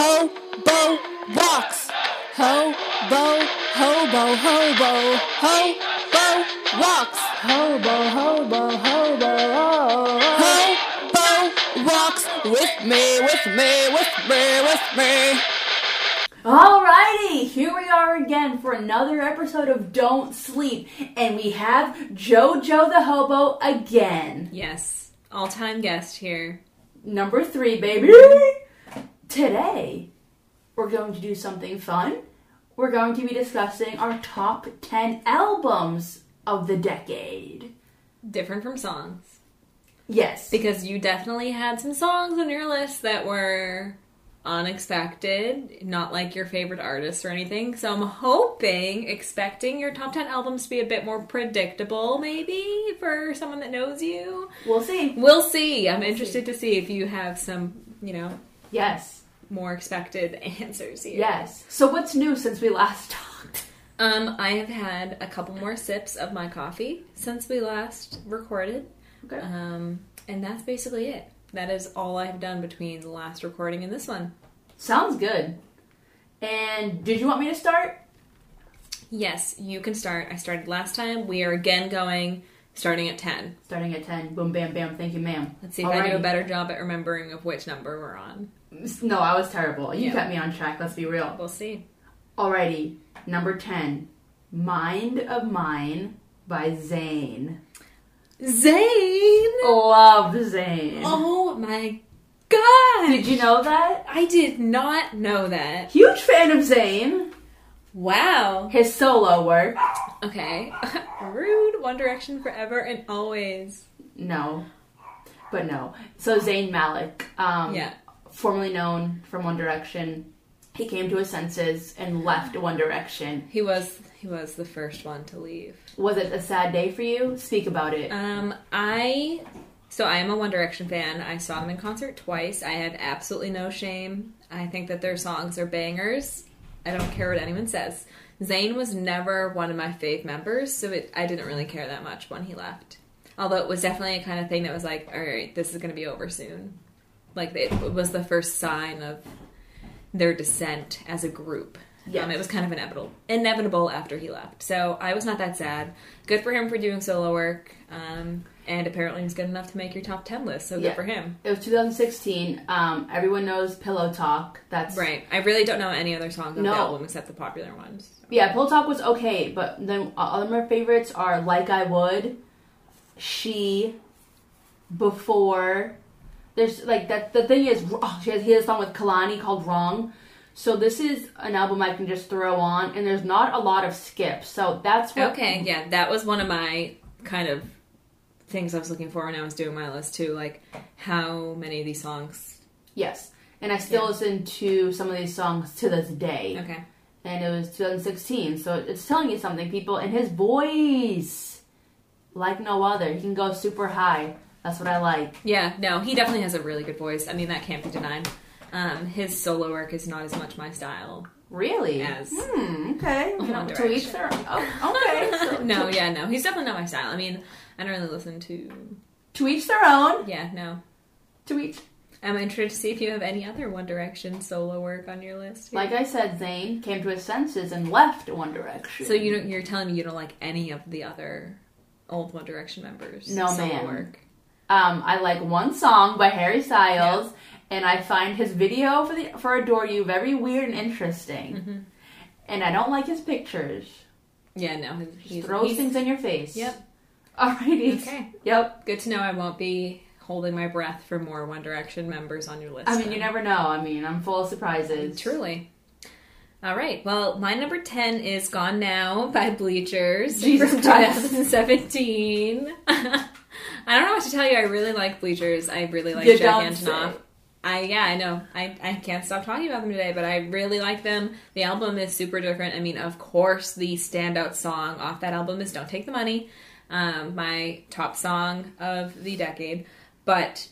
hobo walks. Hobo, hobo, hobo, hobo walks. Hobo, hobo, hobo. Hobo walks with me, with me, with me, with me. Alrighty, here we are again for another episode of Don't Sleep, and we have JoJo the Hobo again. Yes, all time guest here. Number three, baby. Today, we're going to do something fun. We're going to be discussing our top 10 albums of the decade. Different from songs. Yes. Because you definitely had some songs on your list that were unexpected, not like your favorite artist or anything. So I'm hoping, expecting your top 10 albums to be a bit more predictable, maybe, for someone that knows you. We'll see. We'll see. I'm interested to see if you have some, you know, Yes. more expected answers here. Yes. So, what's new since we last talked? Um, I have had a couple more sips of my coffee since we last recorded. Okay. Um, and that's basically it. That is all I've done between the last recording and this one. Sounds good. And did you want me to start? Yes, you can start. I started last time. We are again going starting at 10. Starting at 10. Boom, bam, bam. Thank you, ma'am. Let's see if I do a better job at remembering of which number we're on. Alrighty. No, I was terrible. You Yeah. kept me on track, let's be real. We'll see. Alrighty, number 10 Mind of Mine by Zayn. Zane! Love Zayn. Oh my god! Did you know that? I did not know that. Huge fan of Zayn. Wow. His solo work. Okay. Rude. One Direction forever and always. No. But no. So Zayn Malik. Um, Yeah. formerly known from One Direction, he came to his senses and left One Direction. He was he was the first one to leave. Was it a sad day for you? Speak about it. Um, I so I am a One Direction fan. I saw them in concert twice. I have absolutely no shame. I think that their songs are bangers. I don't care what anyone says. Zayn was never one of my fave members, so it, I didn't really care that much when he left. Although it was definitely a kind of thing that was like, all right, this is going to be over soon. Like it was the first sign of their descent as a group. Yes. Um, it was kind of inevitable, inevitable after he left. So I was not that sad. Good for him for doing solo work. Um, and apparently he's good enough to make your top 10 list. So good Yeah. for him. It was 2016. Um, everyone knows Pillow Talk. That's Right. I really don't know any other songs on No. the album except the popular ones. Yeah, Pillow Talk was okay, but then uh, other my favorites are Like I Would, She, Before. There's like that. The thing is, oh, she has, he has a song with Kalani called Wrong. So this is an album I can just throw on, and there's not a lot of skips. So that's what Okay. Yeah. That was one of my kind of things I was looking for when I was doing my list too. Like, how many of these songs? Yes. And I still Yeah. listen to some of these songs to this day. Okay. And it was 2016, so it's telling you something, people. And his voice, like no other, he can go super high. That's what I like. Yeah, no, he definitely has a really good voice. I mean, that can't be denied. Um, his solo work is not as much my style Really? as. Hmm, okay. One No, to each Direction. their own. Oh, okay. So no, To, yeah, no, he's definitely not my style. I mean, I don't really listen to. to each their own. Yeah, no. To each. I'm interested to see if you have any other One Direction solo work on your list. Like I said, Zayn came to his senses and left One Direction. so you don't, you're telling me you don't like any of the other old One Direction members? No, solo ma'am. work. Um, I like one song by Harry Styles, and I find his video for the for "Adore You" very weird and interesting. Mm-hmm. And I don't like his pictures. Yeah, no, he's, he's, Throws he's- things in your face. Yep. Alrighty. Okay. Yep. Good to know. I won't be holding my breath for more One Direction members on your list. I mean, you then. never know. I mean, I'm full of surprises. Truly. All right. Well, my number 10 is Gone Now by Bleachers Jesus from Christ. 2017. I don't know what to tell you. I really like Bleachers. I really like You Jack don't Antonoff. say. I yeah, I know. I, I can't stop talking about them today, but I really like them. The album is super different. I mean, of course, the standout song off that album is "Don't Take the Money," um, my top song of the decade. But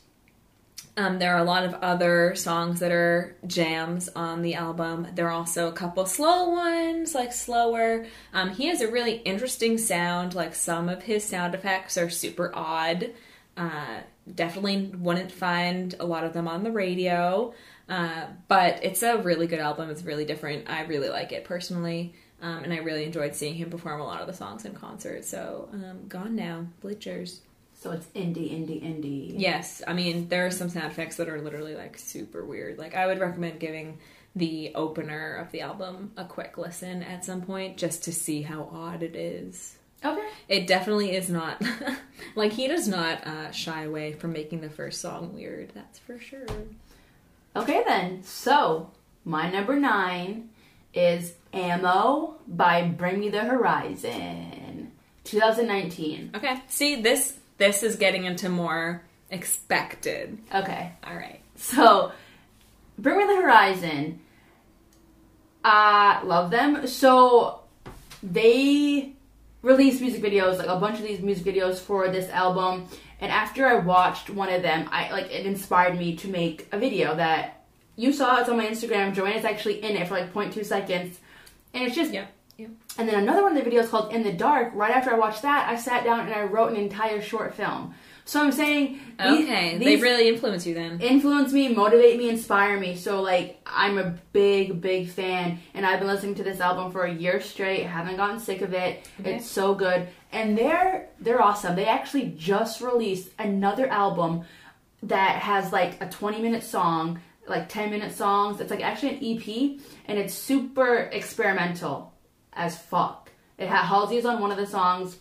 um, there are a lot of other songs that are jams on the album. There are also a couple slow ones, like slower. Um, he has a really interesting sound. Like some of his sound effects are super odd. Uh, definitely wouldn't find a lot of them on the radio. Uh, but it's a really good album. It's really different. I really like it personally. Um, and I really enjoyed seeing him perform a lot of the songs in concert. So, um, Gone Now, Bleachers. So it's indie, indie, indie. Yes, I mean, there are some sound effects that are literally like super weird. Like, I would recommend giving the opener of the album a quick listen at some point just to see how odd it is. Okay. It definitely is not. like, he does not uh, shy away from making the first song weird, that's for sure. Okay then. So my number nine is Ammo by Bring Me the Horizon, 2019. Okay, see, this this is getting into more expected. Okay. All right. So, Bring Me the Horizon. I love them. So, they released music videos, like a bunch of these music videos for this album. And after I watched one of them, I like it inspired me to make a video that you saw. It's on my Instagram. Joanna's actually in it for like 0.2 seconds, and it's just Yep. Yep. and then another one of the videos called In the Dark. Right after I watched that, I sat down and I wrote an entire short film. So I'm saying these- Okay, these they really influence you then. influence me, motivate me, inspire me. So like I'm a big, big fan and I've been listening to this album for a year straight, haven't gotten sick of it. Okay. It's so good. And they're they're awesome. They actually just released another album that has like a 20 minute song, like 10 minute songs. It's like actually an EP and it's super experimental as fuck. It ha- Halsey's on one of the songs.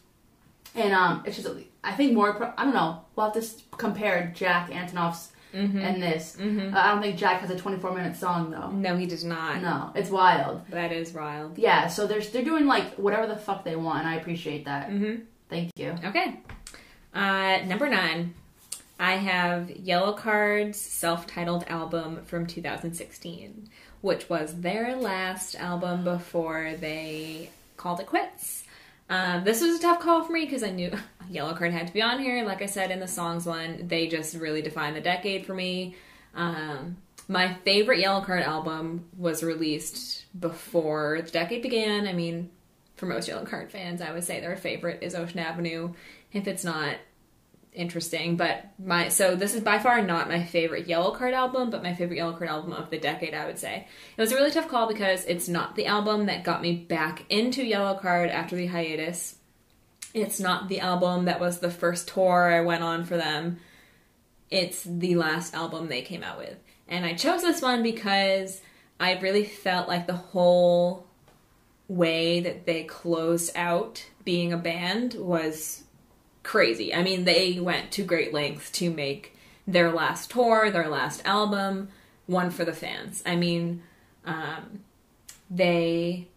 And um, it's just I think more. Pro- I don't know. We'll have to s- compare Jack Antonoff's Mm-hmm. and this. Uh, I don't think Jack has a 24 minute song though. No, he does not. No, it's wild. That is wild. Yeah, so they're they're doing like whatever the fuck they want, and I appreciate that. Mm-hmm. Thank you. Okay. Uh, number nine. I have Yellow Card's self titled album from 2016, which was their last album before they called it quits. Um, this was a tough call for me because I knew Yellow Card had to be on here. Like I said in the songs one, they just really defined the decade for me. Um, my favorite Yellow Card album was released before the decade began. I mean, for most Yellow Card fans, I would say their favorite is Ocean Avenue. If it's not interesting, but my so this is by far not my favorite Yellow Card album, but my favorite Yellow Card album of the decade, I would say. It was a really tough call because it's not the album that got me back into Yellow Card after the hiatus. It's not the album that was the first tour I went on for them. It's the last album they came out with. And I chose this one because I really felt like the whole way that they closed out being a band was crazy. I mean, they went to great lengths to make their last tour, their last album, one for the fans. I mean, um, they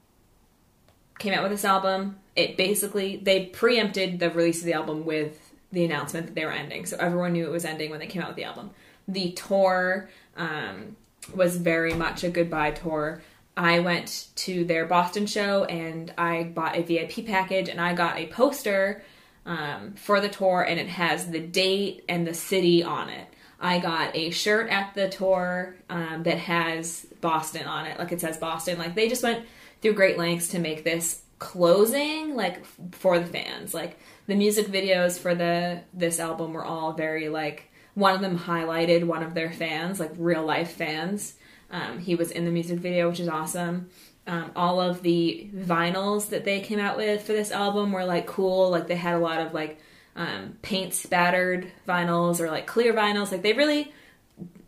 came out with this album. It basically, they preempted the release of the album with the announcement that they were ending. So everyone knew it was ending when they came out with the album. The tour um, was very much a goodbye tour. I went to their Boston show and I bought a VIP package and I got a poster um, for the tour and it has the date and the city on it. I got a shirt at the tour um, that has Boston on it, like it says Boston. Like they just went through great lengths to make this closing, like f- for the fans. Like the music videos for the this album were all very like one of them highlighted one of their fans, like real life fans. Um, he was in the music video, which is awesome. Um, all of the vinyls that they came out with for this album were like cool. Like they had a lot of like um, paint spattered vinyls or like clear vinyls. Like they really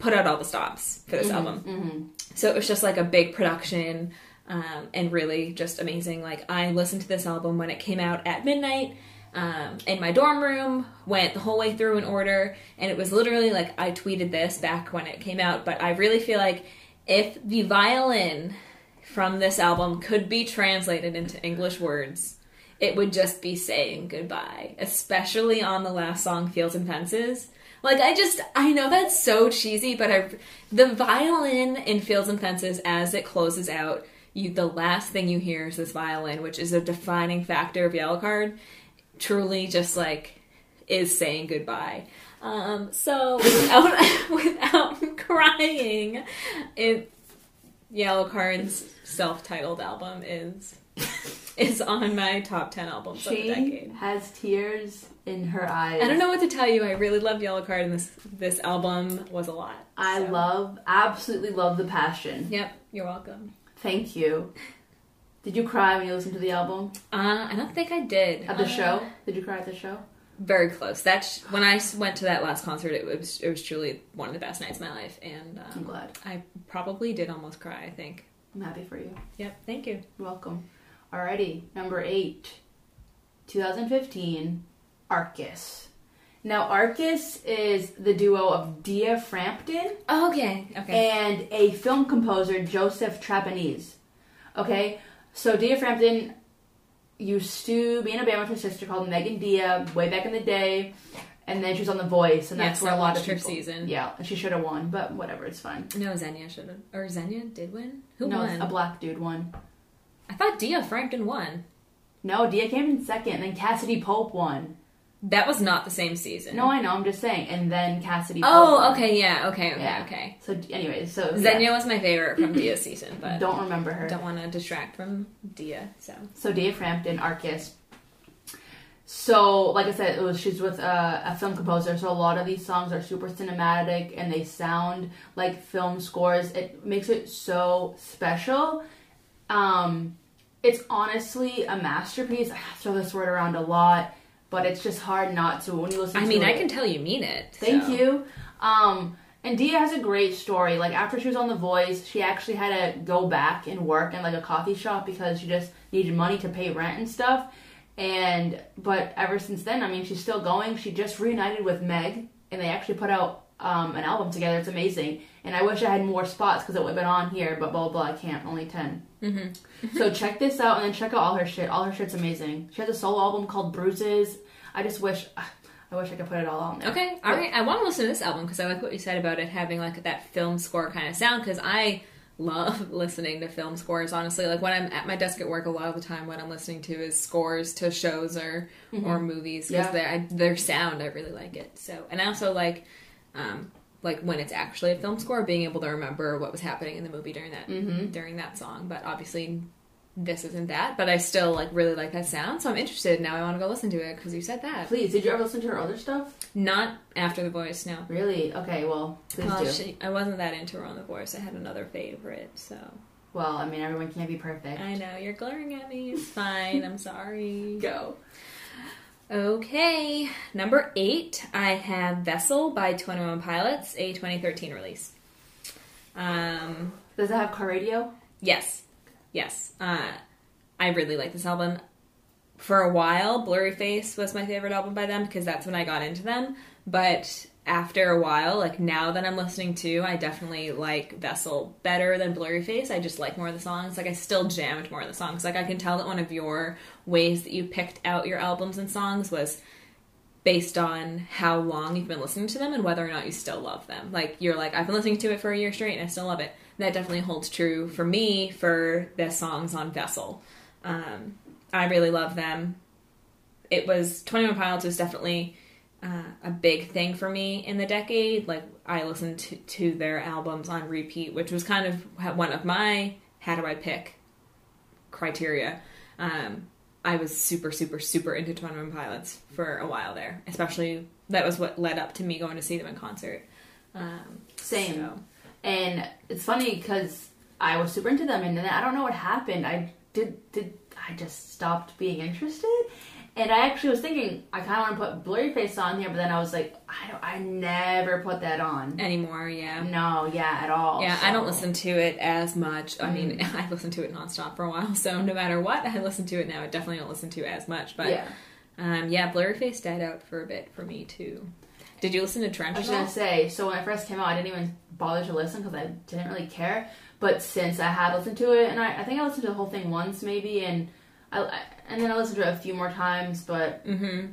put out all the stops for this album. So it was just like a big production um, and really just amazing. Like I listened to this album when it came out at midnight um, in my dorm room, went the whole way through in order, and it was literally like I tweeted this back when it came out, but I really feel like if the violin from this album could be translated into English words, it would just be saying goodbye, especially on the last song, Fields and Fences. Like, I just, I know that's so cheesy, but I, the violin in Fields and Fences as it closes out, you, the last thing you hear is this violin, which is a defining factor of Yellow Card, truly just like is saying goodbye. Um, so without, without crying, it Yellow Card's self-titled album is is on my top 10 albums of the She decade. has tears in her eyes. I don't know what to tell you. I really loved Yellow Card, and this this album was a lot. I so. love, absolutely love the passion. Yep, you're welcome. Thank you. Did you cry when you listened to the album Uh, I don't think I did at the Uh, show? Did you cry at the show? Very close. That's when I s- went to that last concert. It was it was truly one of the best nights of my life, and I'm um, glad. I probably did almost cry. I think. I'm happy for you. Yep. Thank you. You're welcome. Alrighty, number eight, 2015, Arcus. Now, Arcus is the duo of Dia Frampton Okay. Okay. and a film composer, Joseph Trapanese. Okay, so Dia Frampton used to be in a band with her sister called Megan Dia way back in the day, and then she was on The Voice, and that's Yes, where I a lot of watched her people- season. Yeah, and she should have won, but whatever, it's fine. no, Xenia should have, or Xenia did win. Who no, won? a black dude won. I thought Dia Frampton won. No, Dia came in second, then Cassidy Pope won. That was not the same season. No, I know. I'm just saying. And then Cassidy. Pope Oh, won. okay, yeah, okay, okay, Yeah. okay. So, anyway, so Xenia was my favorite from Dia's season, yeah, but don't, don't remember her. want to distract from Dia. So So Dave Frampton, Arcus. So, like I said, it was, she's with uh, a, a film composer. So a lot of these songs are super cinematic and they sound like film scores. It makes it so special. Um, it's honestly a masterpiece. I throw this word around a lot, but it's just hard not to when you listen. I to mean, I it. can tell you mean it. Thank so. you. Um, and Dia has a great story. Like after she was on The Voice, she actually had to go back and work in like a coffee shop because she just needed money to pay rent and stuff. And but ever since then, I mean, she's still going. She just reunited with Meg, and they actually put out um, an album together. It's amazing. And I wish I had more spots because it would have been on here. But blah blah, blah I can't. Only 10 so check this out, and then check out all her shit. All her shit's amazing. She has a solo album called Bruises. I just wish, I wish I could put it all on there. Okay, all right. I want to listen to this album because I like what you said about it having like that film score kind of sound. Because I love listening to film scores. Honestly, like when I'm at my desk at work, a lot of the time what I'm listening to is scores to shows or or movies Yeah. because their their sound I really like it. So and I also like. Um, like when it's actually a film score, being able to remember what was happening in the movie during Mm-hmm. that during that song, but obviously this isn't that. But I still like really like that sound, so I'm interested now. I want to go listen to it because you said that. Please, did you ever listen to her other stuff? Not after the voice, no. Really? Okay, well, please Well, do. she, I wasn't that into her on The Voice. I had another favorite, so Well, I mean, everyone can't be perfect. I know you're glaring at me. It's fine. I'm sorry. Go. Okay, number eight, I have Vessel by Twenty One Pilots, a 2013 release. Um, Does it have car radio? yes, yes. Uh, I really like this album. For a while, Blurry Face was my favorite album by them because that's when I got into them. But after a while, like now that I'm listening to, I definitely like Vessel better than Blurry Face. I just like more of the songs. Like I still jammed more of the songs. Like I can tell that one of your ways that you picked out your albums and songs was based on how long you've been listening to them and whether or not you still love them. Like you're like, I've been listening to it for a year straight and I still love it. And that definitely holds true for me for the songs on Vessel. Um, I really love them. It was 21 Pilots was definitely uh, a big thing for me in the decade. Like I listened to, to their albums on repeat, which was kind of one of my how do I pick criteria. Um, I was super, super, super into Twenty One Pilots for a while there. Especially that was what led up to me going to see them in concert. Um, Same. so- And it's funny because I was super into them, and then I don't know what happened. I did did I just stopped being interested, and I actually was thinking I kind of want to put Blurry Face on here, but then I was like, I don't, I never put that on. anymore, yeah. No, yeah, at all. Yeah, I don't so- listen to it as much. I mean, Mm. I listened to it nonstop for a while, so no matter what I listen to it now, I definitely don't listen to it as much. But Yeah. um, yeah, Blurry Face died out for a bit for me too. Did you listen to Trench? I was at all? gonna say, so when I first came out, I didn't even bother to listen because I didn't really care. But since I had listened to it, and I, I think I listened to the whole thing once maybe, and I, I- and then I listened to it a few more times. But yeah, Mm-hmm.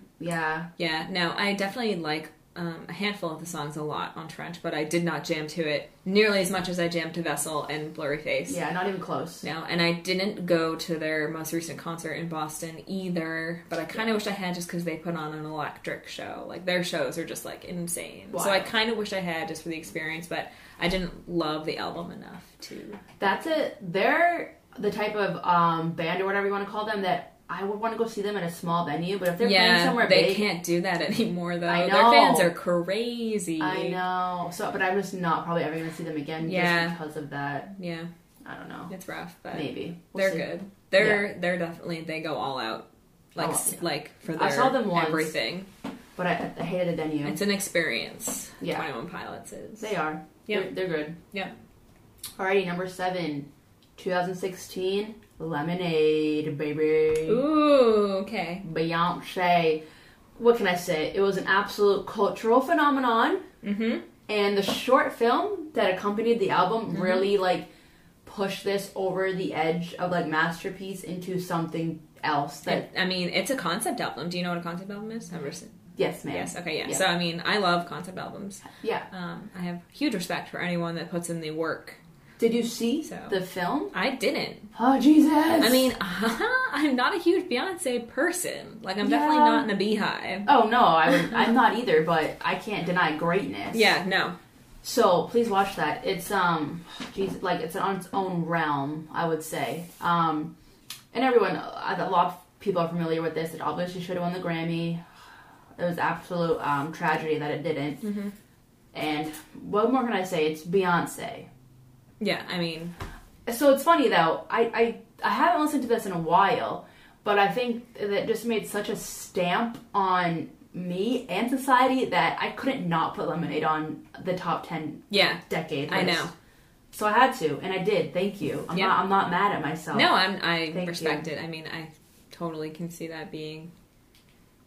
Yeah, no, I definitely like um, a handful of the songs a lot on Trench, but I did not jam to it nearly as much as I jammed to Vessel and Blurry Face. yeah, not even close. No, and I didn't go to their most recent concert in Boston either, but I kind of wish I had just because they put on an electric show. Like their shows are just like insane. So I Wild. kind of wish I had just for the experience, but I didn't love the album enough to. That's it. Their the type of um, band or whatever you want to call them that I would want to go see them at a small venue. But if they're playing yeah, somewhere they big, can't do that anymore though. I Their fans know. are crazy. I know. So, but I'm just not probably ever gonna see them again. Yeah. just because of that. Yeah, I don't know. it's rough, but Maybe We'll they're see. good. They're they're definitely they go all out, like All s out, yeah. like for their I saw them once. everything. But I, I hated the venue. It's an experience. Yeah. Twenty One Pilots is. They are. Yeah. They're, they're good. Yeah. Alrighty, number seven, 2016, Lemonade, baby. Ooh, okay. Beyonce. What can I say? It was an absolute cultural phenomenon, Mm-hmm. and the short film that accompanied the album really like pushed this over the edge of like masterpiece into something else. That I mean, it's a concept album. Do you know what a concept album is? Have you ever seen- yes, ma'am. Yes. Okay. Yeah. Yeah. So I mean, I love concept albums. Yeah. Um, I have huge respect for anyone that puts in the work. Did you see So. the film? I didn't. Oh Jesus! I mean, I'm not a huge Beyonce person. Like, I'm definitely Yeah. not in a beehive. oh no, I would, I'm not either. But I can't deny greatness. Yeah, no. So please watch that. It's um, geez, like it's on its own realm, I would say. Um, and everyone, I think a lot of people are familiar with this. It obviously should have won the Grammy. It was absolute um, tragedy that it didn't. And what more can I say? It's Beyonce. Yeah, I mean, So it's funny though. I, I I haven't listened to this in a while, but I think that just made such a stamp on me and society that I couldn't not put Lemonade on the top ten yeah. decade. I list. know. So I had to, and I did. Thank you. I'm Yeah. not. I'm not mad at myself. No, I'm, I Oh. Thank respect it. I mean, I totally can see that being.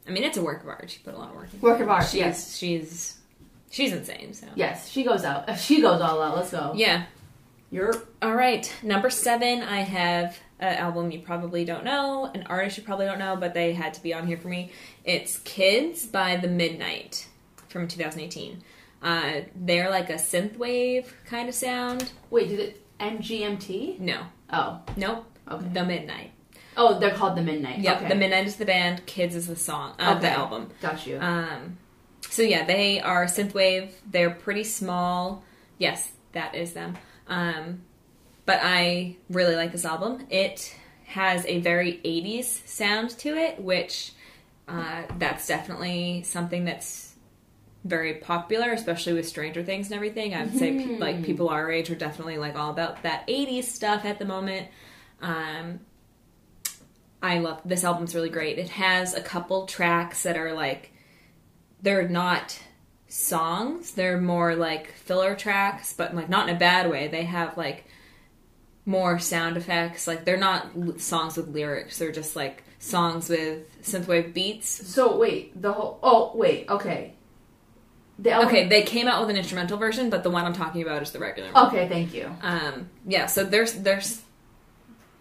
I mean, it's a work of art. She put a lot of work in Work of art, She's, yes. She's, she's insane, so. Yes, she goes out. She goes all out. Let's go. Yeah. You're All right, number seven. I have an album you probably don't know, an artist you probably don't know, but they had to be on here for me. It's Kids by the Midnight from 2018. Uh, they're like a synthwave kind of sound. wait. Did it MGMT? No, Oh, nope. Okay. The Midnight. oh, they're called the Midnight. Yep. Okay. The Midnight is the band. Kids is the song. Uh, The Okay. album. Got you. Um, so yeah, they are synthwave. They're pretty small. Yes, that is them. Um, but I really like this album. It has a very '80s sound to it, which uh, that's definitely something that's very popular, especially with Stranger Things and everything. I'd say pe- like people our age are definitely like all about that '80s stuff at the moment. Um, I love this album's really great. It has a couple tracks that are like they're not songs. They're more like filler tracks, but like not in a bad way. They have like more sound effects. Like they're not l- songs with lyrics. They're just like songs with synthwave beats. so wait, the whole. Oh wait. Okay. The album- Okay, they came out with an instrumental version, but the one I'm talking about is the regular. one. Okay. Thank you. Um, yeah, so there's there's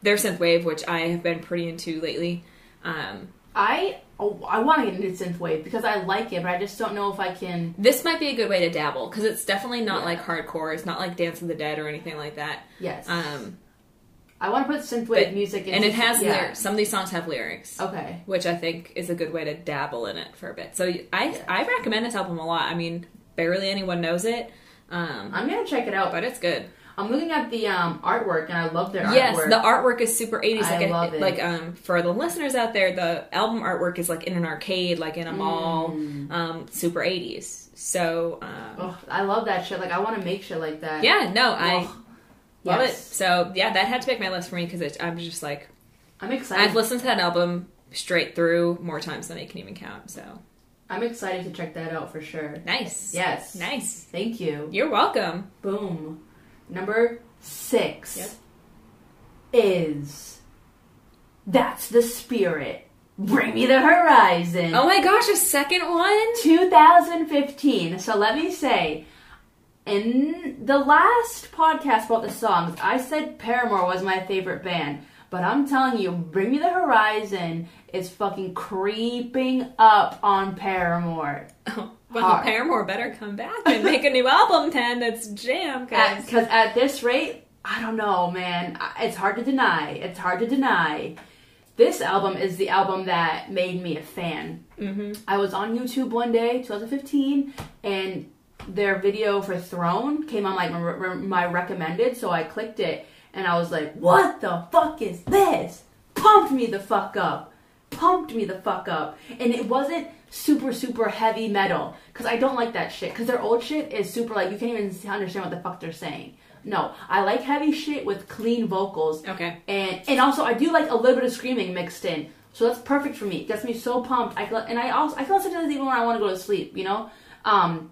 there's synthwave, which I have been pretty into lately. Um, I oh, I want to get into synthwave because I like it, but I just don't know if I can. this might be a good way to dabble because it's definitely not like hardcore. It's not like Dance of the Dead or anything like that. Yes. Um, I want to put synthwave but- music in, and it has yeah. lyrics. Some of these songs have lyrics, Okay. which I think is a good way to dabble in it for a bit. So y- I I recommend this album a lot. I mean, barely anyone knows it, um, I'm gonna check it out. but it's good. I'm looking at the um, artwork, and I love their Yes, artwork. the artwork is super 80s. I Like love it. Like um, for the listeners out there, the album artwork is like in an arcade, like Mm. in a mall, um, super 80s. So um, Ugh, I love that shit. Like I want to make shit like that. yeah, no, I. Ugh. Love Oh, Yes. it. So yeah, that had to make my list for me because I'm just like I'm I've excited. listened to that album straight through more times than I can even count. So I'm excited to check that out for sure. nice. Yes. Nice. Thank you. You're welcome. Boom. Number six Yep. is that's the spirit. Bring me the horizon. Oh my gosh, a second one. 2015. So let me say, in the last podcast about the songs, I said Paramore was my favorite band. But I'm telling you, Bring Me the Horizon is fucking creeping up on Paramore. Oh, well, Hard. Paramore better come back and make a new album then. That's jam. Cause Because at, this rate, I don't know, man. I- It's hard to deny. It's hard to deny. This album is the album that made me a fan. Mm-hmm. I was on YouTube one day, 2015, and their video for Throne came on like my, my recommended, so I clicked it, and I was like, what the fuck is this? Pumped me the fuck up. Pumped me the fuck up. And it wasn't super, super heavy metal, because I don't like that shit, because their old shit is super like, you can't even understand what the fuck they're saying. No, I like heavy shit with clean vocals. Okay. And and also I do like a little bit of screaming mixed in. So that's perfect for me. Gets me so pumped. I can, and I also I can listen to this even when I want to go to sleep. You know, um,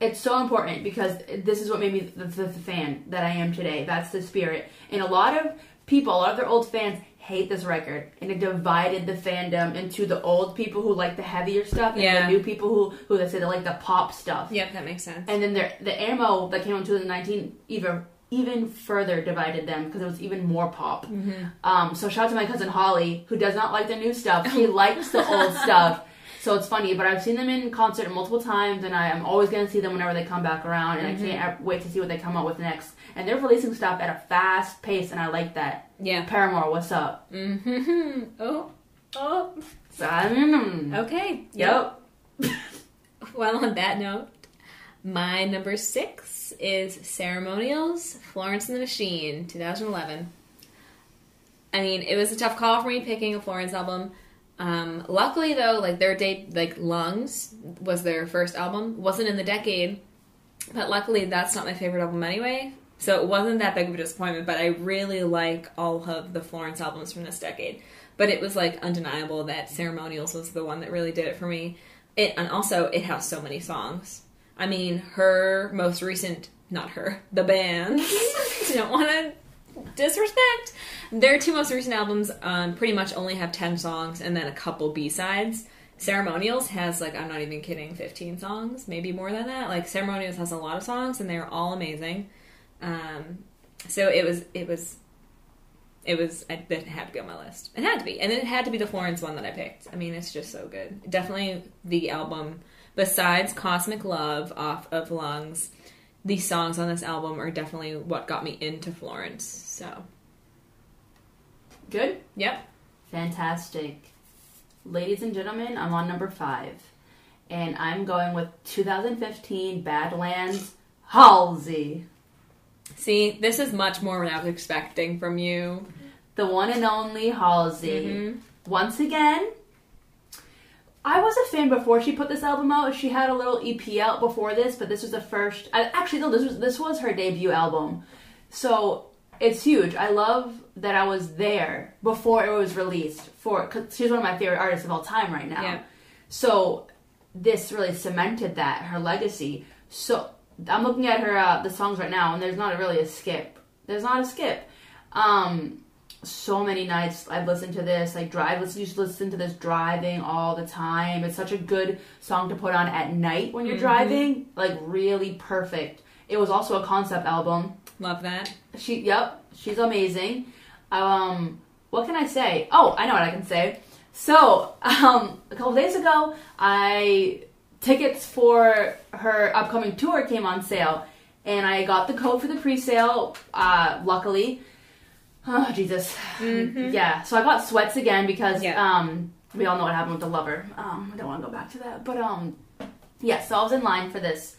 it's so important because this is what made me the, the, the fan that I am today. That's the spirit. And a lot of people, a lot of their old fans hate this record, and it divided the fandom into the old people who like the heavier stuff and Yeah. the new people who who they say they like the pop stuff. Yep, that makes sense. And then their, the ammo that came out in 2019 even even further divided them because it was even more pop. Mm-hmm. Um, so shout out to my cousin Holly who does not like the new stuff. She likes the old stuff. So it's funny, but I've seen them in concert multiple times, and I am always going to see them whenever they come back around, and I can't wait to see what they come up with next. And they're releasing stuff at a fast pace, and I like that. yeah. Paramore, what's up? Mm-hmm. Oh. Oh. Mm. Okay. Yep. Well, on that note, my number six is Ceremonials Florence and the Machine 2011. I mean, it was a tough call for me picking a Florence album. Um, luckily, though, like their date, like Lungs was their first album, wasn't in the decade, but luckily that's not my favorite album anyway. So it wasn't that big of a disappointment, but I really like all of the Florence albums from this decade. But it was like undeniable that Ceremonials was the one that really did it for me. It and also it has so many songs. I mean, her most recent, not her, the band. don't want to disrespect. Their two most recent albums um, pretty much only have 10 songs and then a couple B-sides. Ceremonials has, like, I'm not even kidding, 15 songs, maybe more than that. Like, Ceremonials has a lot of songs and they're all amazing. Um, so it was, it was, it was, I, it had to be on my list. It had to be. And it had to be the Florence one that I picked. I mean, it's just so good. Definitely the album, besides Cosmic Love off of Lungs, the songs on this album are definitely what got me into Florence. So, Good. yep. Fantastic. Ladies and gentlemen, I'm on number five. And I'm going with 2015 Badlands Halsey. See, this is much more what I was expecting from you. The one and only Halsey. Once again, I was a fan before she put this album out. She had a little EP out before this, but this was the first. I- Actually, no, this was this was her debut album. So it's huge. I love that I was there before it was released. For cause she's one of my favorite artists of all time right now. Yeah. So this really cemented that her legacy. So I'm looking at her uh, the songs right now, and there's not really a skip. There's not a skip. Um, so many nights I've listened to this, like drive. Listen, you should listen to this driving all the time. It's such a good song to put on at night when you're driving. Like really perfect. It was also a concept album. Love that. She, yep, she's amazing. Um, what can I say? Oh, I know what I can say. So, um, a couple days ago, I tickets for her upcoming tour came on sale, and I got the code for the pre-sale. Uh, luckily, oh Jesus, yeah. So I got sweats again because Yeah. um, we all know what happened with the lover. Um, I don't want to go back to that, but um, yeah. So I was in line for this,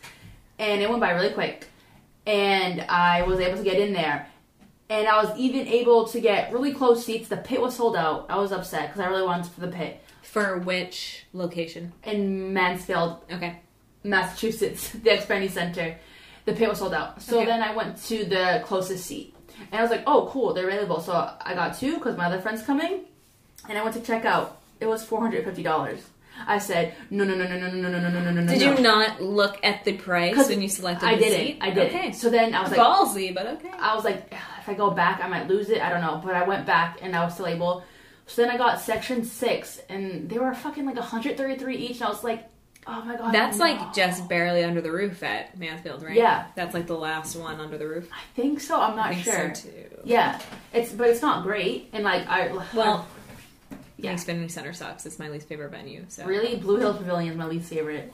and it went by really quick and I was able to get in there. And I was even able to get really close seats. The pit was sold out. I was upset because I really wanted for the pit For which location? in Mansfield, Okay. Massachusetts, the Xfinity Center. The pit was sold out. So Okay. then I went to the closest seat, and I was like, "Oh, cool, they're available." So I got two because my other friend's coming, and I went to check out. It was four hundred fifty dollars. I said, "No, no, no, no, no, no, no, no, no, no, no." Did no." you not look at the price 'Cause when you selected I the didn't. seat? I didn't. Okay. So then I was like, Ballsy, but okay. I was like, if I go back, I might lose it. I don't know. But I went back and I was still able. So then I got section six, and they were fucking like 133 each, and I was like, oh my god. That's no. like just barely under the roof at Mansfield, right? Yeah. That's like the last one under the roof. I think so. I'm not I think sure. so too. yeah, it's but it's not great, and like I Well, Yeah. yeah. Xfinity Center sucks. It's my least favorite venue. So Oh, really Blue Hill Pavilion is my least favorite.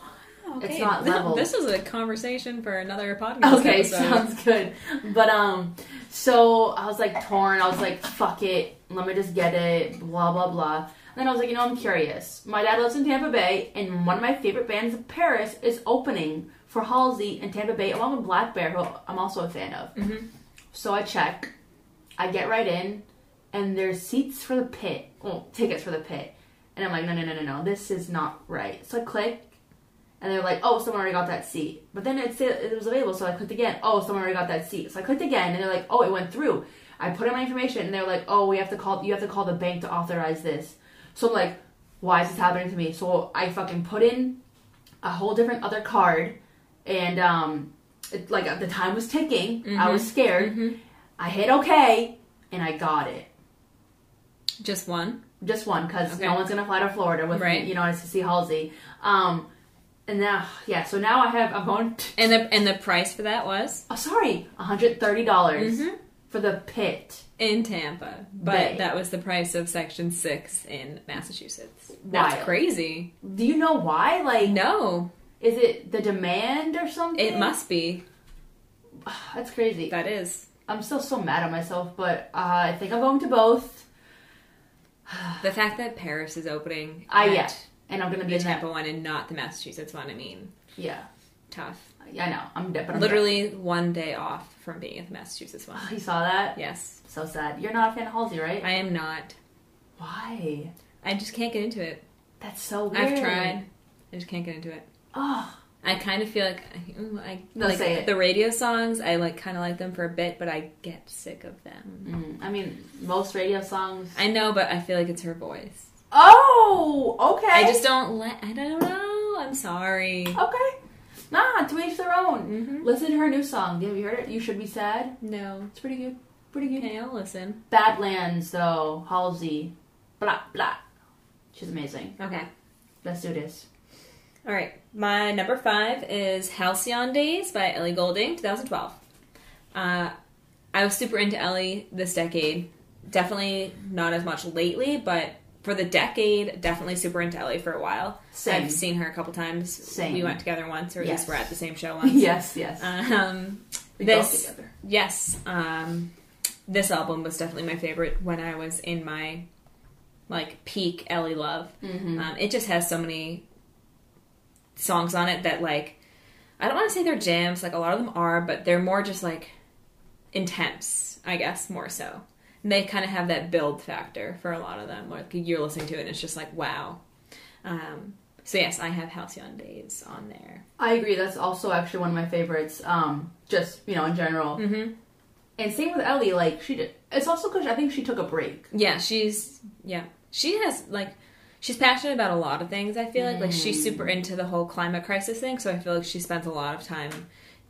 Okay. It's not Th- leveled. This is a conversation for another podcast. Okay, episode. sounds good. But um, so I was like torn. I was like, fuck it, let me just get it. Blah blah blah. And then I was like, you know, I'm curious. My dad lives in Tampa Bay, and one of my favorite bands, Paris, is opening Mm-hmm. Mm-hmm. for Halsey in Tampa Bay, along with Black Bear, who I'm also a fan of. So I check. I get right in, and there's seats for the pit, well, tickets for the pit, and I'm like, no, no, no, no, no, this is not right. So I click, and they're like, oh, someone already got that seat. But then it said it was available, so I clicked again. Oh, someone already got that seat. So I clicked again, and they're like, oh, it went through. I put in my information, and they're like, oh, we have to call. You have to call the bank to authorize this. So I'm like, why is this happening to me? So I fucking put in a whole different other card, and um, it, like the time was ticking. I was scared. I hit okay, and I got it. Just one. Just one, because Okay. no one's gonna fly to Florida with Right. me, you know, to see Halsey. Um, and now, yeah, so now I have I'm going. To, And the and the price for that was oh, sorry, 130 dollars Mhm. for the pit. in Tampa, but Mm-hmm. Right. that was the price of Section Six in Massachusetts. Wild. That's crazy. Do you know why? Like, No, is it the demand or something? Ah, it must be. That's crazy. That is I'm still so mad at myself, but uh, I think I'm going to both. the fact that Paris is opening. I at Ah, yeah, and I'm gonna be the in that. Tampa one and not the Massachusetts one. I mean, Yeah, tough. yeah, I know. I'm de- but I'm Literally one day off from being at the Massachusetts one. de- you saw that. Yes, So sad. You're not a fan of Halsey, right? I am not. Why? I just can't get into it. That's so weird. I've tried. I just can't get into it. Oh, I kind of feel like ooh, I No, like say it. the radio songs. I like kind of like them for a bit, but I get sick of them. mm, I mean, most radio songs. I know, but I feel like it's her voice. oh, okay. I just don't let. I don't know. I'm sorry. okay. Nah, to each their own. Mm-hmm. Listen to her new song. Have you heard it? You should be sad. No. It's pretty good. Pretty good. Okay, I'll listen. Badlands though. Halsey. Blah blah. She's amazing. Okay. Let's do this. All right. My number five is Halcyon Days by Ellie Goulding, 2012. Uh, I was super into Ellie this decade. Definitely not as much lately, but for the decade, definitely super into Ellie for a while. Same. I've seen her a couple times. Same. We went together once, or at Yes. least we're at the same show once. yes, yes. Um, we go this- together. yes. Um, this album was definitely my favorite when I was in my like peak Ellie love. Mm-hmm. Um, it just has so many songs on it that like I don't want to say they're jams, like a lot of them are, but they're more just like intense, I guess, more so. And they kind of have that build factor for a lot of them. where, Like you're listening to it, and it's just like wow. Um, so yes, I have Halcyon Days on there. I agree. That's also actually one of my favorites. Um, just you know in general. Mm-hmm. And same with Ellie. Like she did. It's also because I think she took a break. Yeah, she's yeah, she has like she's passionate about a lot of things. I feel like like she's Mm. super into the whole climate crisis thing, so I feel like she spends a lot of time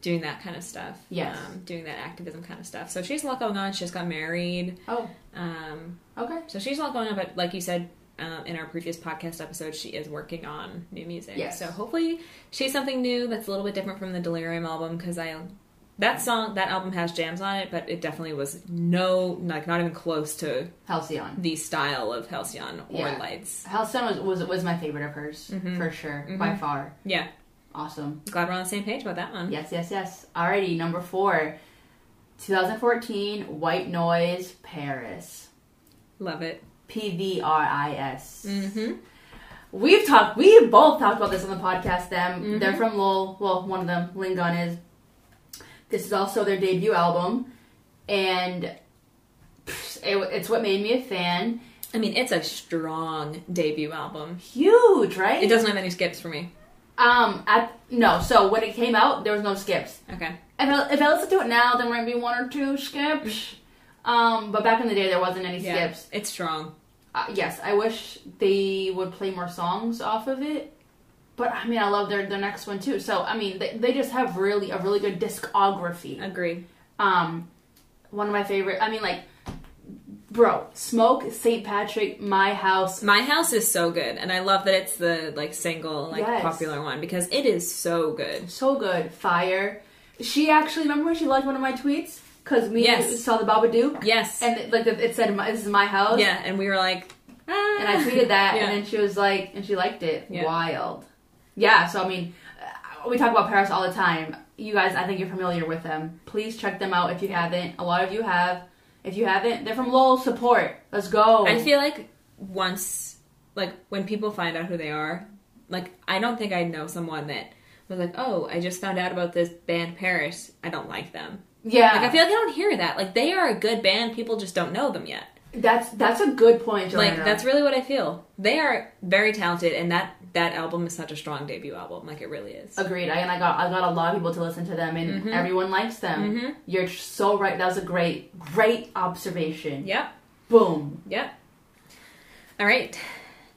doing that kind of stuff. Yes. um, doing that activism kind of stuff. So she's a lot going on. She just got married. Oh, Um, okay. so she's a lot going on. But like you said. Um, in our previous podcast episode, she is working on new music. Yes. So hopefully, she's something new that's a little bit different from the Delirium album because I, that song, that album has jams on it, but it definitely was no, like not even close to Halcyon. the style of Halcyon or Yeah. Lights. Halcyon was, was was my favorite of hers Mhm. for sure, Mhm. by far. Yeah, Awesome. glad we're on the same page about that one. Yes, yes, yes. Alrighty, number four, 2014, White Noise, Paris, Love it. P V R I S. Mm-hmm. We've talked. We both talked about this on the podcast. Them. Mm-hmm. They're from Lowell. Well, one of them, Lingon, is. This is also their debut album, and pfft, it, it's what made me a fan. I mean, it's a strong debut album. Huge, right? It doesn't have any skips for me. Um, at no. So when it came out, there was no skips. Okay. If I, if I listen to it now, there might be one or two skips. Um, but back in the day, there wasn't any skips. It's strong. Uh, yes, I wish they would play more songs off of it. But I mean, I love their their next one too. So I mean, they, they just have really a really good discography. Agreed. Um, one of my favorite. I mean, like, bro, smoke St. Patrick, my house. My House is so good, and I love that it's the like single, like Yes. popular one because it is so good. So good, fire. She actually remember when she liked one of my tweets because we Yes. saw the Babadook. Yes. And like it said, my, "This is my house." yeah, and we were like, ah. And I tweeted that, Yeah. and then she was like, and she liked it. Yeah. Wild. Yeah. So I mean, uh, we talk about Paris all the time. You guys, I think you're familiar with them. Please check them out if you haven't. A lot of you have. If you haven't, they're from Lowell Support. Let's go. I feel like once, like when people find out who they are, like I don't think I know someone that was like, oh, I just found out about this band Paris. I don't like them. Yeah, Like I feel like I don't hear that. Like they are a good band, people just don't know them yet. that's that's a good point. Joanna. Like that's really what I feel. They are very talented, and that that album is such a strong debut album. Like it really is. agreed. I, and I got I got a lot of people to listen to them, Mm-hmm. and everyone likes them. Mhm. You're so right. That was a great great observation. Yep. Boom. Yep. All right.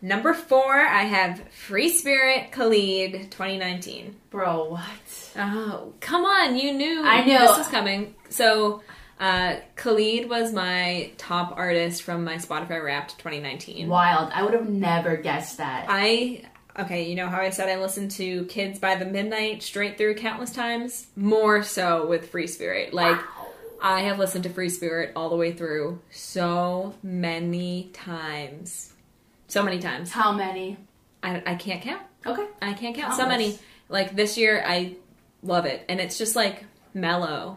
Number four, I have Free Spirit Khalid 2019. Bro, what? Oh, come on. You knew I knew. this was coming. So, uh, Khalid was my top artist from my Spotify Wrapped 2019. Wild. I would have never guessed that. I, okay, you know how I said I listened to Kids by the Midnight straight through countless times? More so with Free Spirit. Like, I have listened to Free Spirit all the way through so many times. So many times. How many? I, I can't count. Okay. I can't count so Countless. many. Like this year, I love it, and it's just like mellow,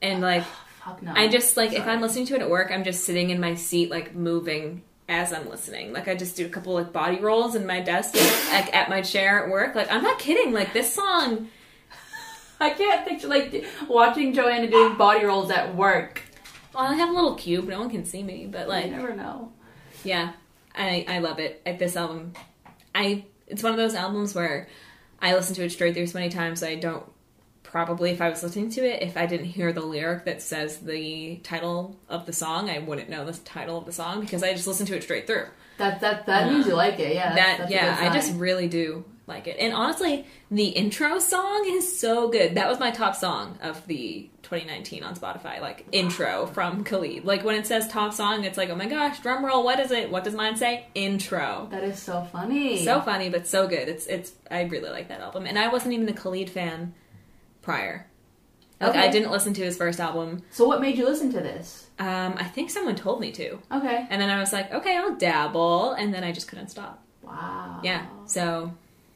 and like Fuck no. I just like if I'm listening to it at work, I'm just sitting in my seat like moving as I'm listening. Like I just do a couple like body rolls in my desk, like at my chair at work. Like I'm not kidding. Like this song, I can't picture like watching Joanna doing body rolls at work. well, I have a little cube. No one can see me, but I like never know. Yeah, I I love it. At this album, I it's one of those albums where I listen to it straight through so many times. I don't probably if I was listening to it, if I didn't hear the lyric that says the title of the song, I wouldn't know the title of the song because I just listened to it straight through. That that that means you like it. Yeah. that that's- that's a yeah, good I just sign. really do like it. And honestly, the intro song is so good. That was my top song of the 2019 on Spotify. Like intro from Khalid. Like when it says top song, it's like oh my gosh, drum roll. What is it? What does mine say? Intro. that is so funny. So funny, but so good. It's it's. I really like that album, and I wasn't even a Khalid fan prior. Like Okay. I didn't listen to his first album. So what made you listen to this? Um, I think someone told me to, Okay. and then I was like, okay, I'll dabble, and then I just couldn't stop. Wow. Yeah. So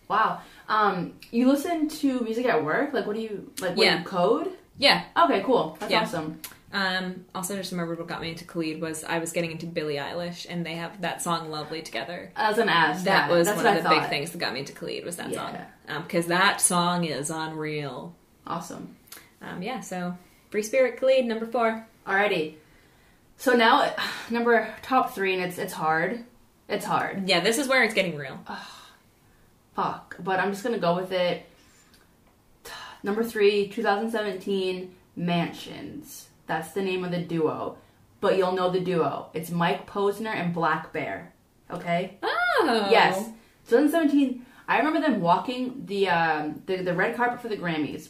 Wow. Um, you listen to music at work? Like, what do you like? What Yeah. do you code? yeah. Okay, cool. That's Yeah. awesome. Um, also, just remembered what got me into Khalid was I was getting into Billie Eilish, and they have that song "Lovely" together. As an ass, That was that's one what of I the thought. big things that got me into Khalid was that Yeah. song because that song is unreal. Awesome. Um, yeah. So Free Spirit Khalid number four. Alrighty. So now, number top three, and it's it's hard. It's hard. Yeah, this is where it's getting real. Uh, Fuck. But I'm just gonna go with it. Number three, 2017 Mansions. That's the name of the duo. But you'll know the duo. It's Mike Posner and Black Bear. Okay. Oh. Yes, 2017. I remember them walking the, um, the the red carpet for the Grammys.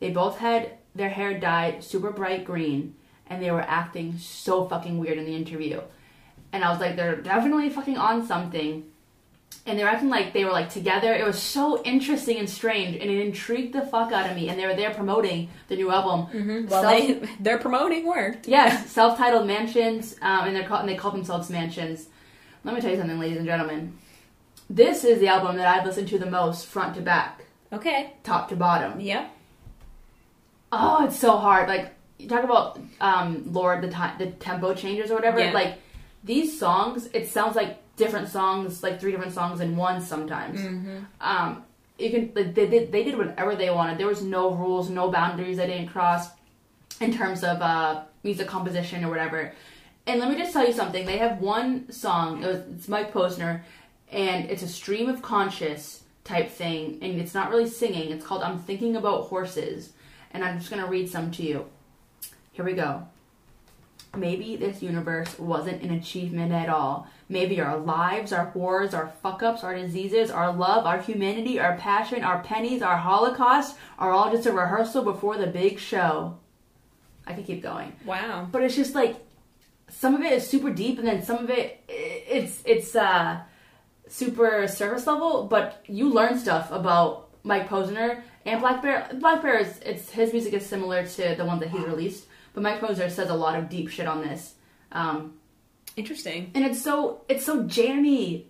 They both had their hair dyed super bright green, and they were acting so fucking weird in the interview. And I was like, they're definitely fucking on something. And they were acting like they were like together. It was so interesting and strange, and it intrigued the fuck out of me. And they were there promoting the new album. Well, Self- they they're promoting work. Yes, self-titled mansions, um, and they're called, and they call themselves mansions. Let me tell you something, ladies and gentlemen. This is the album that I've listened to the most, front to back, Okay. top to bottom. Yep. Oh, it's so hard. Like you talk about um, Lord, the time, the tempo changes or whatever. Yeah. Like these songs, it sounds like different songs, like three different songs in one sometimes. Um, you can like, they, did they did whatever they wanted. There was no rules, no boundaries they didn't cross in terms of uh, music composition or whatever. And let me just tell you something. They have one song. It was, it's Mike Posner, and it's a stream of conscious type thing, and it's not really singing. It's called "I'm Thinking About Horses," and I'm just gonna read some to you. Here we go. Maybe this universe wasn't an achievement at all. Maybe our lives, our wars, our fuck ups, our diseases, our love, our humanity, our passion, our pennies, our holocaust are all just a rehearsal before the big show. I could keep going. Wow. But it's just like some of it is super deep and then some of it i- it's it's uh super surface level, but you learn stuff about Mike Posner and Black Bear. Black Bear is it's his music is similar to the one that he's released, but Mike Posner says a lot of deep shit on this. Um Interesting. and it's so it's so jammy.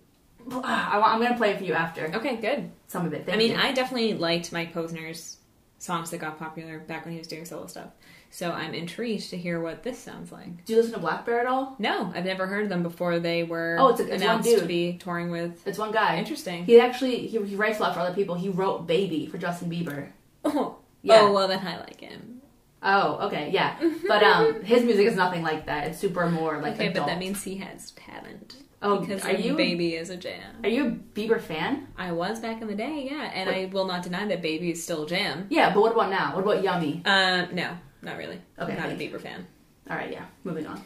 Ah, I want, I'm gonna play it for you after Okay. Good. some of it. Thank I mean, you. I definitely liked Mike Posner's songs that got popular back when he was doing solo stuff. So I'm intrigued to hear what this sounds like. do you listen to Black Bear at all? No, I've never heard of them before they were Oh, it's a- it's one announced dude. to be touring with. It's one guy. Interesting. He actually he, he writes a lot for other people. He wrote Baby for Justin Bieber. Oh, Yeah. oh well, then I like him. Oh, okay, yeah. But um, his music is nothing like that. It's super more like Okay, adult. but that means he has talent. Oh, because are the you- baby is a jam. Are you a Bieber fan? I was back in the day, yeah, and I will not deny that baby is still a jam. Yeah, but what about now? What about Yummy? Um, no, not really. Okay, I'm not a thank Bieber fan. All right, yeah. Moving on.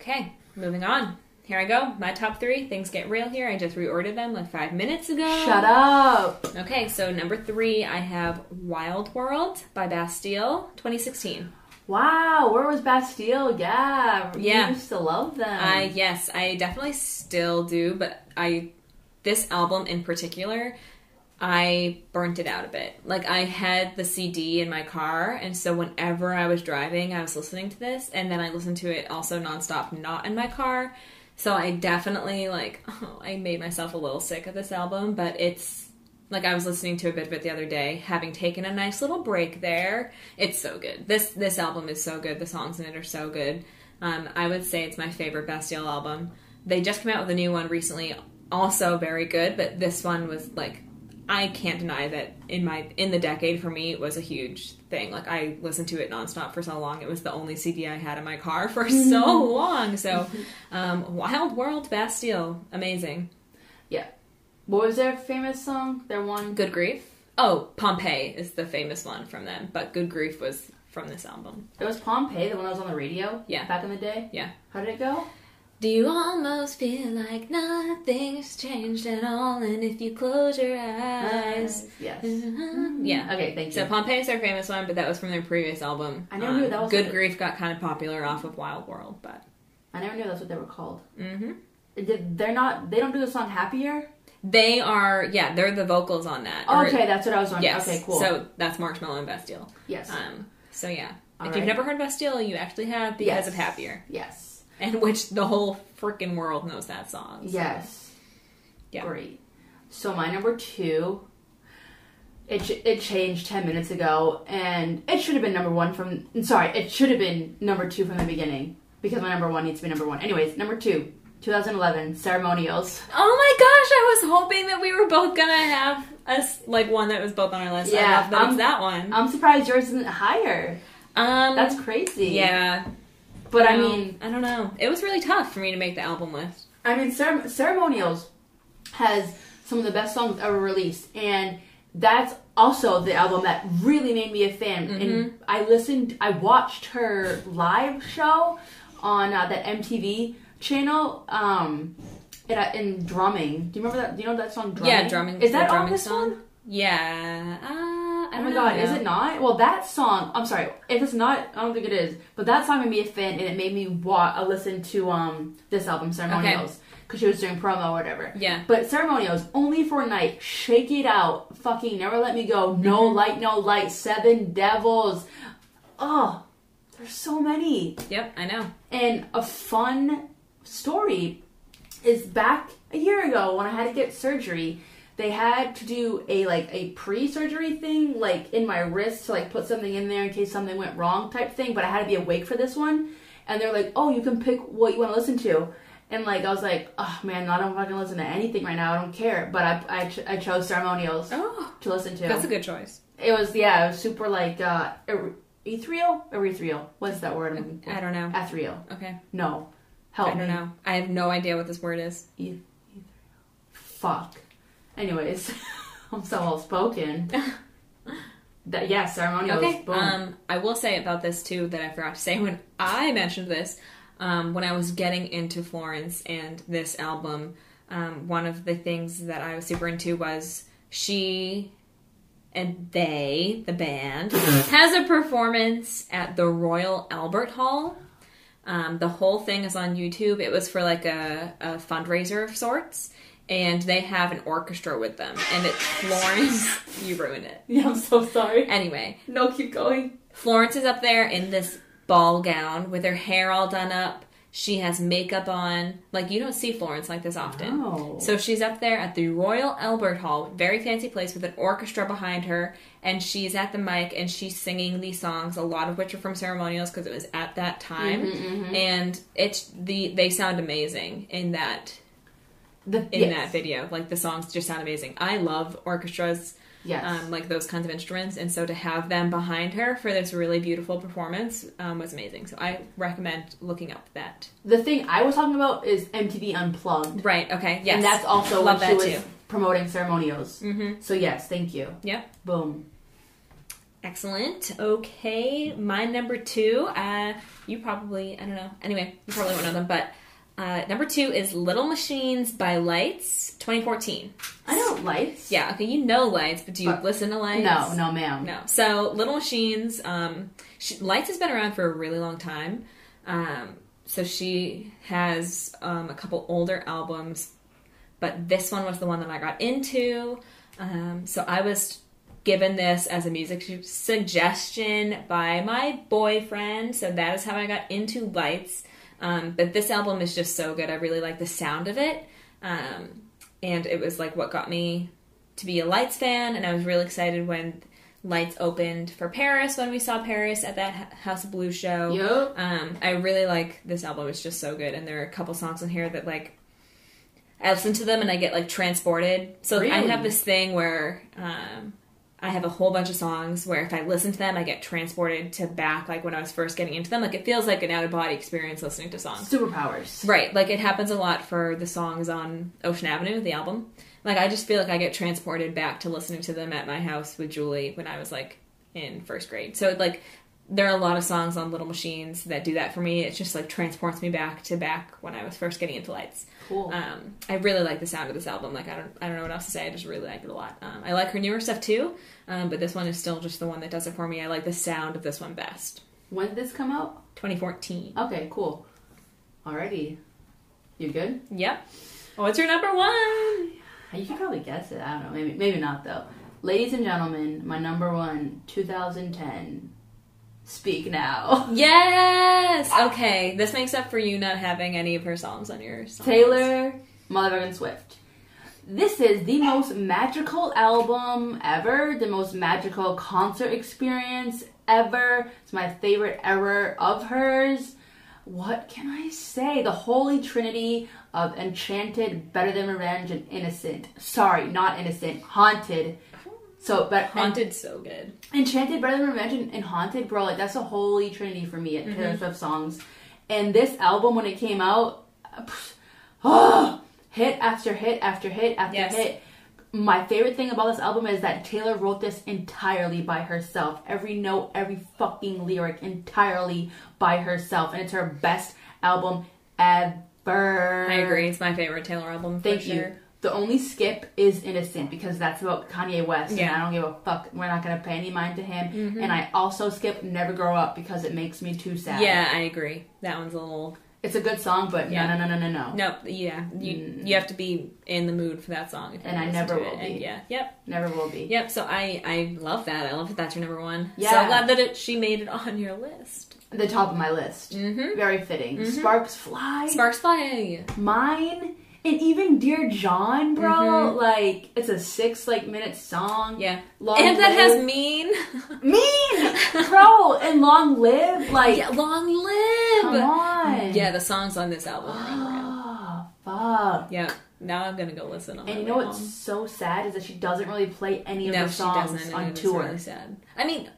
Okay, moving on. Here I go. My top three. Things get real here. I just reordered them like five minutes ago. Shut up. Okay, so number three, I have Wild World by Bastille, 2016. Wow, where was Bastille? Yeah, Yeah. You used to love them. I yes, I definitely still do, but I this album in particular, I burnt it out a bit. Like I had the CD in my car, and so whenever I was driving, I was listening to this, and then I listened to it also nonstop, not in my car. So I definitely like I made myself a little sick of this album, but it's like I was listening to a bit of it the other day, having taken a nice little break there. It's so good. This this album is so good. The songs in it are so good. Um, I would say it's my favorite Bastille album. They just came out with a new one recently, also very good. But this one was like, I can't deny that in my in the decade for me it was a huge thing. Like I listened to it nonstop for so long. It was the only CD I had in my car for so long. So, um, Wild World Bastille, amazing. Yeah. What was their famous song? Their one. Good Grief. Oh, Pompeii is the famous one from them, but Good Grief was from this album. It was Pompeii, the one that was on the radio. Yeah. Back in the day. Yeah. How did it go? Do you almost feel like nothing's changed at all? And if you close your eyes. Yes. Mm-hmm. Yeah. Okay, thank you. So Pompeii is their famous one, but that was from their previous album. Um, I never knew that was Good what it- Grief got kind of popular off of Wild World, but. I never knew that's what they were called. Mm-hmm. Did- They're not. They don't do the song "Happier." They are, yeah, they're the vocals on that. Or- Okay, that's what I was wondering. Yes. Okay, cool. So that's Marshmallow and Bastille. yes, Um, so yeah. All if right. you've never heard Bastille, you actually have because Yes. of Happier. yes, and which the whole freaking world knows that song. so. yes. Yeah. Great. So my number two. It, ch- it changed 10 minutes ago and it should have been number one from sorry it should have been number two from the beginning because my number one needs to be number one anyways number two 2011 ceremonials Mm-hmm. Oh my gosh, I was hoping that we were both gonna have us like one that was both on our list. Yeah, I love that it's um, that one. i'm surprised yours isn't higher Um, that's crazy yeah, but i no, mean I don't know. It was really tough for me to make the album list. I mean, Cere- Ceremonials has some of the best songs ever released, and that's also the album that really made me a fan. And Mm-hmm. I listened, I watched her live show on uh, that MTV channel, um, and, I- and drumming. Do you remember that? Do you know that song? Drumming? Yeah, drumming. Is that the drumming on this song? one? Yeah. Uh, I Oh don't my know. god, is it not? Well, that song. I'm sorry, if it's not, I don't think it is. But that song made me a fan, and it made me wa- uh, listen to um this album, Ceremonials, because she was doing promo or whatever. Yeah. But ceremonials only for a night. Shake it out. Fucking never let me go. No light, no light. Seven devils. Oh, there's so many. Yep, I know. And a fun story is back a year ago when I had to get surgery. They had to do a like a pre-surgery thing, like in my wrist to like put something in there in case something went wrong type thing. But I had to be awake for this one, and they're like, "Oh, you can pick what you want to listen to." And like I was like, "Oh man, I don't fucking listen to anything right now. I don't care." But I I, ch- I chose ceremonials Oh, to listen to. that's a good choice. it was yeah, it was super like uh, er- ethereal, ethereal. What's that word? I'm looking for? I don't know. Ethereal. Okay, No. Help I don't me. know. I have no idea what this word is. E- ethereal. Fuck. Anyways, I'm so well spoken. that yeah, ceremonials. Okay. Boom. Um, I will say about this too that I forgot to say when I mentioned this um, when I was getting into Florence and this album. Um, one of the things that I was super into was she and they, the band, has a performance at the Royal Albert Hall. Um, the whole thing is on YouTube. It was for like a, a fundraiser of sorts, and they have an orchestra with them. And it's Florence. you ruined it. yeah, I'm so sorry. Anyway, No, keep going. Florence is up there in this ball gown with her hair all done up. She has makeup on. Like, you don't see Florence like this often. No. So she's up there at the Royal Albert Hall, very fancy place with an orchestra behind her, and she's at the mic and she's singing these songs, a lot of which are from ceremonials because it was at that time. Mm-hmm. And it's the they sound amazing in that The, in yes. that video. Like the songs just sound amazing. I love orchestras. Yes. um, like those kinds of instruments. And so to have them behind her for this really beautiful performance um, was amazing. So I recommend looking up that. the thing I was talking about is MTV Unplugged. Right. Okay. Yes. And that's also Love when she that was too. promoting ceremonials. Mhm. So yes, thank you. Yep. Boom. Excellent. Okay, my number two. Uh, you probably I don't know. Anyway, you probably won't know them, but uh, number two is Little Machines by Lights, 2014. I don't lights. Yeah. Okay, you know Lights, but do you But- listen to Lights? No, no, ma'am. No. So Little Machines, um, she, Lights has been around for a really long time. Um, so she has um, a couple older albums, but this one was the one that I got into. Um, so I was given this as a music su- suggestion by my boyfriend. So that is how I got into Lights. Um, but this album is just so good. I really like the sound of it. Um, and it was like what got me to be a Lights fan. And I was really excited when Lights opened for Paris, when we saw Paris at that H- House of Blue show. Yup. Um, I really like this album. It's just so good, and there are a couple songs in here that like I listen to them and I get like transported. So I Really? have this thing where um, I have a whole bunch of songs where if I listen to them, I get transported to back like when I was first getting into them. Like it feels like an out of body experience listening to songs. Superpowers. Right, like it happens a lot for the songs on Ocean Avenue, the album. Like I just feel like I get transported back to listening to them at my house with Julie when I was like in first grade. So like there are a lot of songs on Little Machines that do that for me. It just like transports me back to back when I was first getting into lights. Cool. Um, I really like the sound of this album. Like I don't, I don't know what else to say. I just really like it a lot. Um, I like her newer stuff too, um, but this one is still just the one that does it for me. I like the sound of this one best. when did this come out? 2014. Okay, cool. Alrighty. You good? Yep. What's your number one? You can probably guess it. I don't know. Maybe maybe not though. Ladies and gentlemen, my number one, 2010. Speak now. Yes. Okay. This makes up for you not having any of her songs on your songs. Taylor Motherfucking Swift. This is the most magical album ever, the most magical concert experience ever. It's my favorite error of hers. What can I say? The holy trinity of enchanted, better than revenge, and innocent. Sorry, not innocent, haunted. So, but Haunted so good. Enchanted, Better Than Revenge, and- and Haunted, bro, like that's a holy trinity for me at Mm-hmm. Taylor Swift songs. And this album, when it came out, uh, pff, ah, hit after hit after hit after Yes. hit. My favorite thing about this album is that Taylor wrote this entirely by herself. Every note, every fucking lyric, entirely by herself, and it's her best album ever. I agree. It's my favorite Taylor album. For Thank sure. you. The only skip is Innocent because that's about Kanye West, Yeah. Mm-hmm. and I don't give a fuck. We're not gonna pay any mind to him. And I also skip Never Grow Up because it makes me too sad. Yeah, I agree. That one's a little. it's a good song, but Yeah. no, no, no, no, no, no, No. Yeah. You you have to be in the mood for that song. if you Mm. And I listen never to will it. And be. yeah. Yep. never will be. Yep. So I I love that. I love that that's your number one. So Yeah. glad that it, she made it on your list. The top of my list, Mhm. very fitting. Sparks fly, Sparks fly. mine, and even Dear John, bro. Like it's a six like minute song. Mm-hmm. Yeah. long and that live. has mean. mean, bro, and long live. Like yeah. Long live. come on, Yeah. The songs on this album are unreal. Ah, fuck. Yeah. Now I'm gonna go listen. On And my you know way what's home. so sad is that she doesn't really play any of No, her she songs doesn't. on and it's tour. really sad. I mean,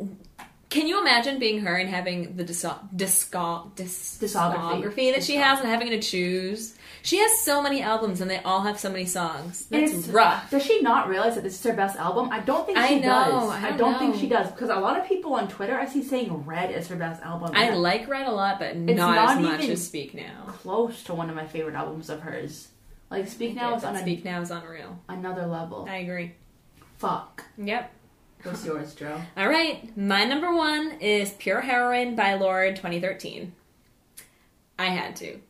can you imagine being her and having the disco- disco- dis- Discography. discography that she Discography. has and having to choose? She has so many albums and they all have so many songs. And That's rough. Does she not realize that this is her best album? I don't think I she know, does. I I don't don't think know. she does because a lot of people on Twitter I see saying "Red" is her best album. I and like Red a lot, but not, It's not as much even- as Speak Now. that's close to one of my favorite albums of hers. Like "Speak Now" is Yeah, on but a, Speak Now is unreal. another level. I agree. Fuck. Yep. What's yours, Joe? All right, my number one is Pure Heroin by Lord 2013. I had to.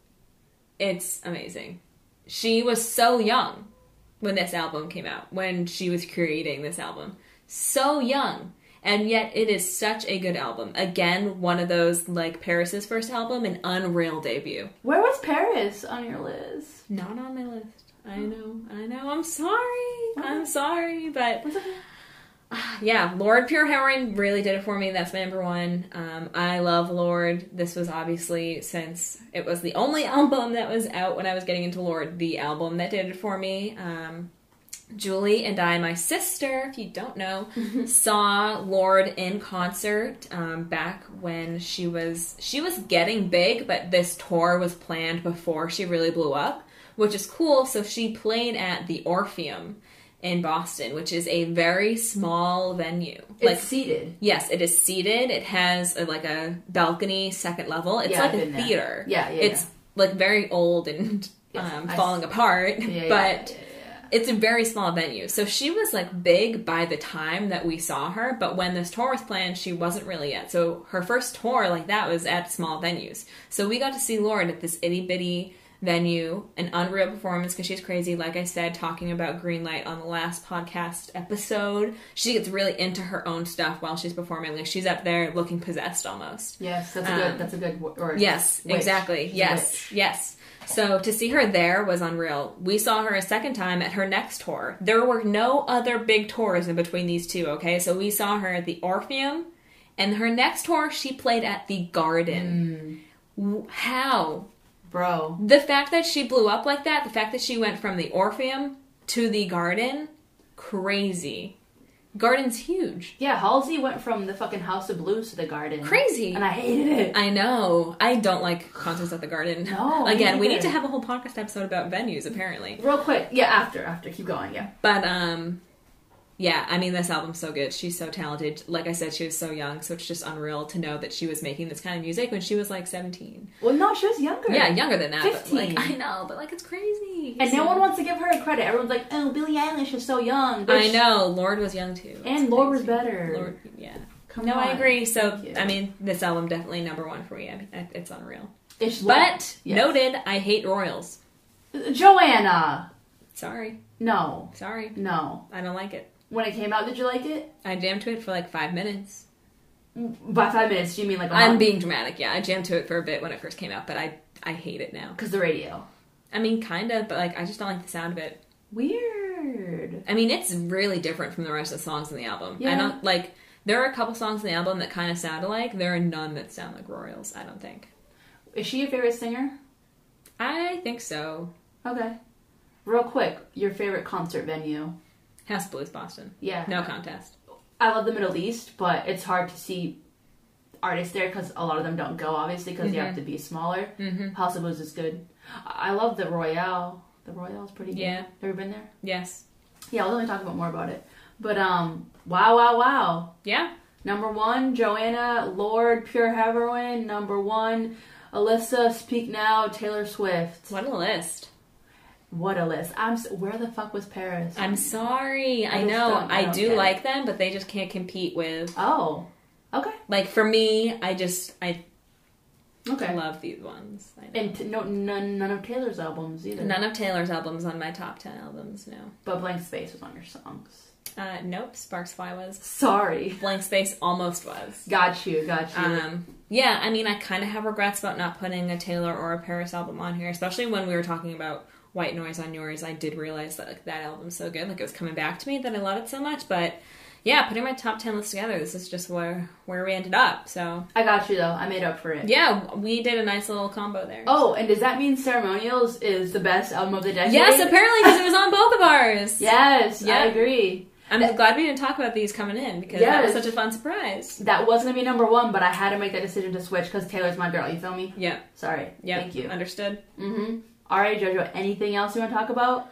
It's amazing. She was so young when this album came out, when she was creating this album. So young. And yet it is such a good album. Again, one of those like Paris's first album, an unreal debut. Where was Paris on your list? Not on my list. I know, I know. I'm sorry. I'm sorry, but yeah, Lord Pure Heroin really did it for me. That's my number one. Um, I love Lord. This was obviously since it was the only album that was out when I was getting into Lord, the album that did it for me. Um, Julie and I, my sister, if you don't know, saw Lord in concert um, back when she was she was getting big, but this tour was planned before she really blew up, which is cool. So she played at the Orpheum in Boston, which is a very small venue. It's seated. Yes, it is seated. It has a, like a balcony, second level. It's Yeah, like I've a been there. theater. Yeah, yeah, It's like very old and um, I falling apart, Yeah, but yeah, yeah, it's a very small venue. So she was like big by the time that we saw her, but when this tour was planned, she wasn't really yet. So her first tour like that was at small venues. So we got to see Lauren at this itty bitty venue, an unreal performance because she's crazy. Like I said, talking about green light on the last podcast episode, she gets really into her own stuff while she's performing. Like she's up there looking possessed almost. yeah. Yes, that's a Um, good. That's a good wo- word. Yes, Witch. exactly. She's a Yes, witch. yes. So to see her there was unreal. We saw her a second time at her next tour. There were no other big tours in between these two, okay? So we saw her at the Orpheum, and her next tour she played at the Garden. W- How? bro. The fact that she blew up like that, the fact that she went from the Orpheum to the Garden, crazy. Garden's huge. Yeah, Halsey went from the fucking House of Blues to the Garden. Crazy. and I hated it. I know. I don't like concerts at the garden. No, me Again, we need neither. to have a whole podcast episode about venues, apparently. Real quick, yeah. After, after, keep going. Yeah, But um yeah, I mean this album's so good. She's so talented. Like I said, she was so young, so it's just unreal to know that she was making this kind of music when she was like seventeen. Well, no, she was younger. Yeah, younger than that. But, 15. like I know, but like it's crazy. And no So- one wants to give her credit. Everyone's like, "Oh, Billie Eilish is so young." Bitch, I know, Lord was young too. And It's Lord was crazy. better. Lord, yeah. Come No, I on. agree. So, Thank you. I mean, this album definitely number one for me. I mean, it- it's unreal. It's But Yes. noted, I hate royals. Joanna. Sorry, No, sorry. no. I don't like it. When it came out, did you like it? I jammed to it for like five minutes. By five minutes, do you mean like a I'm month? being dramatic, yeah. I jammed to it for a bit when it first came out, but I I hate it now. Because the radio. I mean, kind of, but like I just don't like the sound of it. Weird. I mean, it's really different from the rest of the songs on the album. I Yeah. don't like. There are a couple songs on the album that kind of sound alike. There are none that sound like Royals. I don't think. Is she your favorite singer? I think so. Okay. Real quick, your favorite concert venue? House of Blues, Boston. Yeah. No contest. I love the Middle East, but it's hard to see artists there because a lot of them don't go, obviously, because Mm-hmm. they have to be smaller. Mhm. House of Blues is good. I I love the Royale. The Royale's pretty good. Yeah. Ever been there? Yes. Yeah, we'll definitely talk about more about it. But um, wow, wow, wow. Yeah. Number one, Joanna Lord, Pure Heroin. Number one, Alyssa, Speak Now, Taylor Swift. What a list. What a list! I'm. s where the fuck was Paris? I'm sorry. I, I just know. don't- I I, don't do get it. like them, but they just can't compete with. Oh, okay, Like for me, I just I okay. love these ones. I know. And t- no, none, none of Taylor's albums either. None of Taylor's albums on my top 10 albums, no. But Blank Space was on your songs. Uh, nope, Sparks Fly was. Sorry. Blank Space almost was. Got you. Got you. Um, yeah, I mean, I kind of have regrets about not putting a Taylor or a Paris album on here, especially when we were talking about White Noise on yours. I did realize that like, that album's so good, like it was coming back to me that I loved it so much. But yeah, putting my top 10 list together, this is just where, where we ended up. So I got you though. I made up for it. yeah, we did a nice little combo there. Oh, and does that mean Ceremonials is the best album of the decade? yes, apparently, because it was on both of ours. Yes, Yeah. I agree. I'm glad we didn't talk about these coming in because that was Yes. such a fun surprise. That was gonna be number one, but I had to make that decision to switch because Taylor's my girl. You feel me? Yeah. Sorry. Yeah, Thank you. Understood. Mm-hmm. All right, JoJo. Anything else you want to talk about?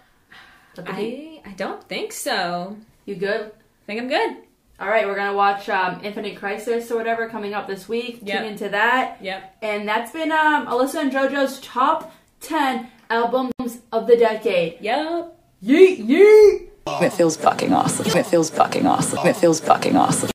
Look at you. I I don't think so. You good? I think I'm good. All right, we're gonna watch um, Infinite Crisis or whatever coming up this week. Yep. Tune into that. Yep. And that's been um, Alyssa and JoJo's top ten albums of the decade. Yep. Yeet yeet. It feels fucking awesome. It feels fucking awesome. It feels fucking awesome.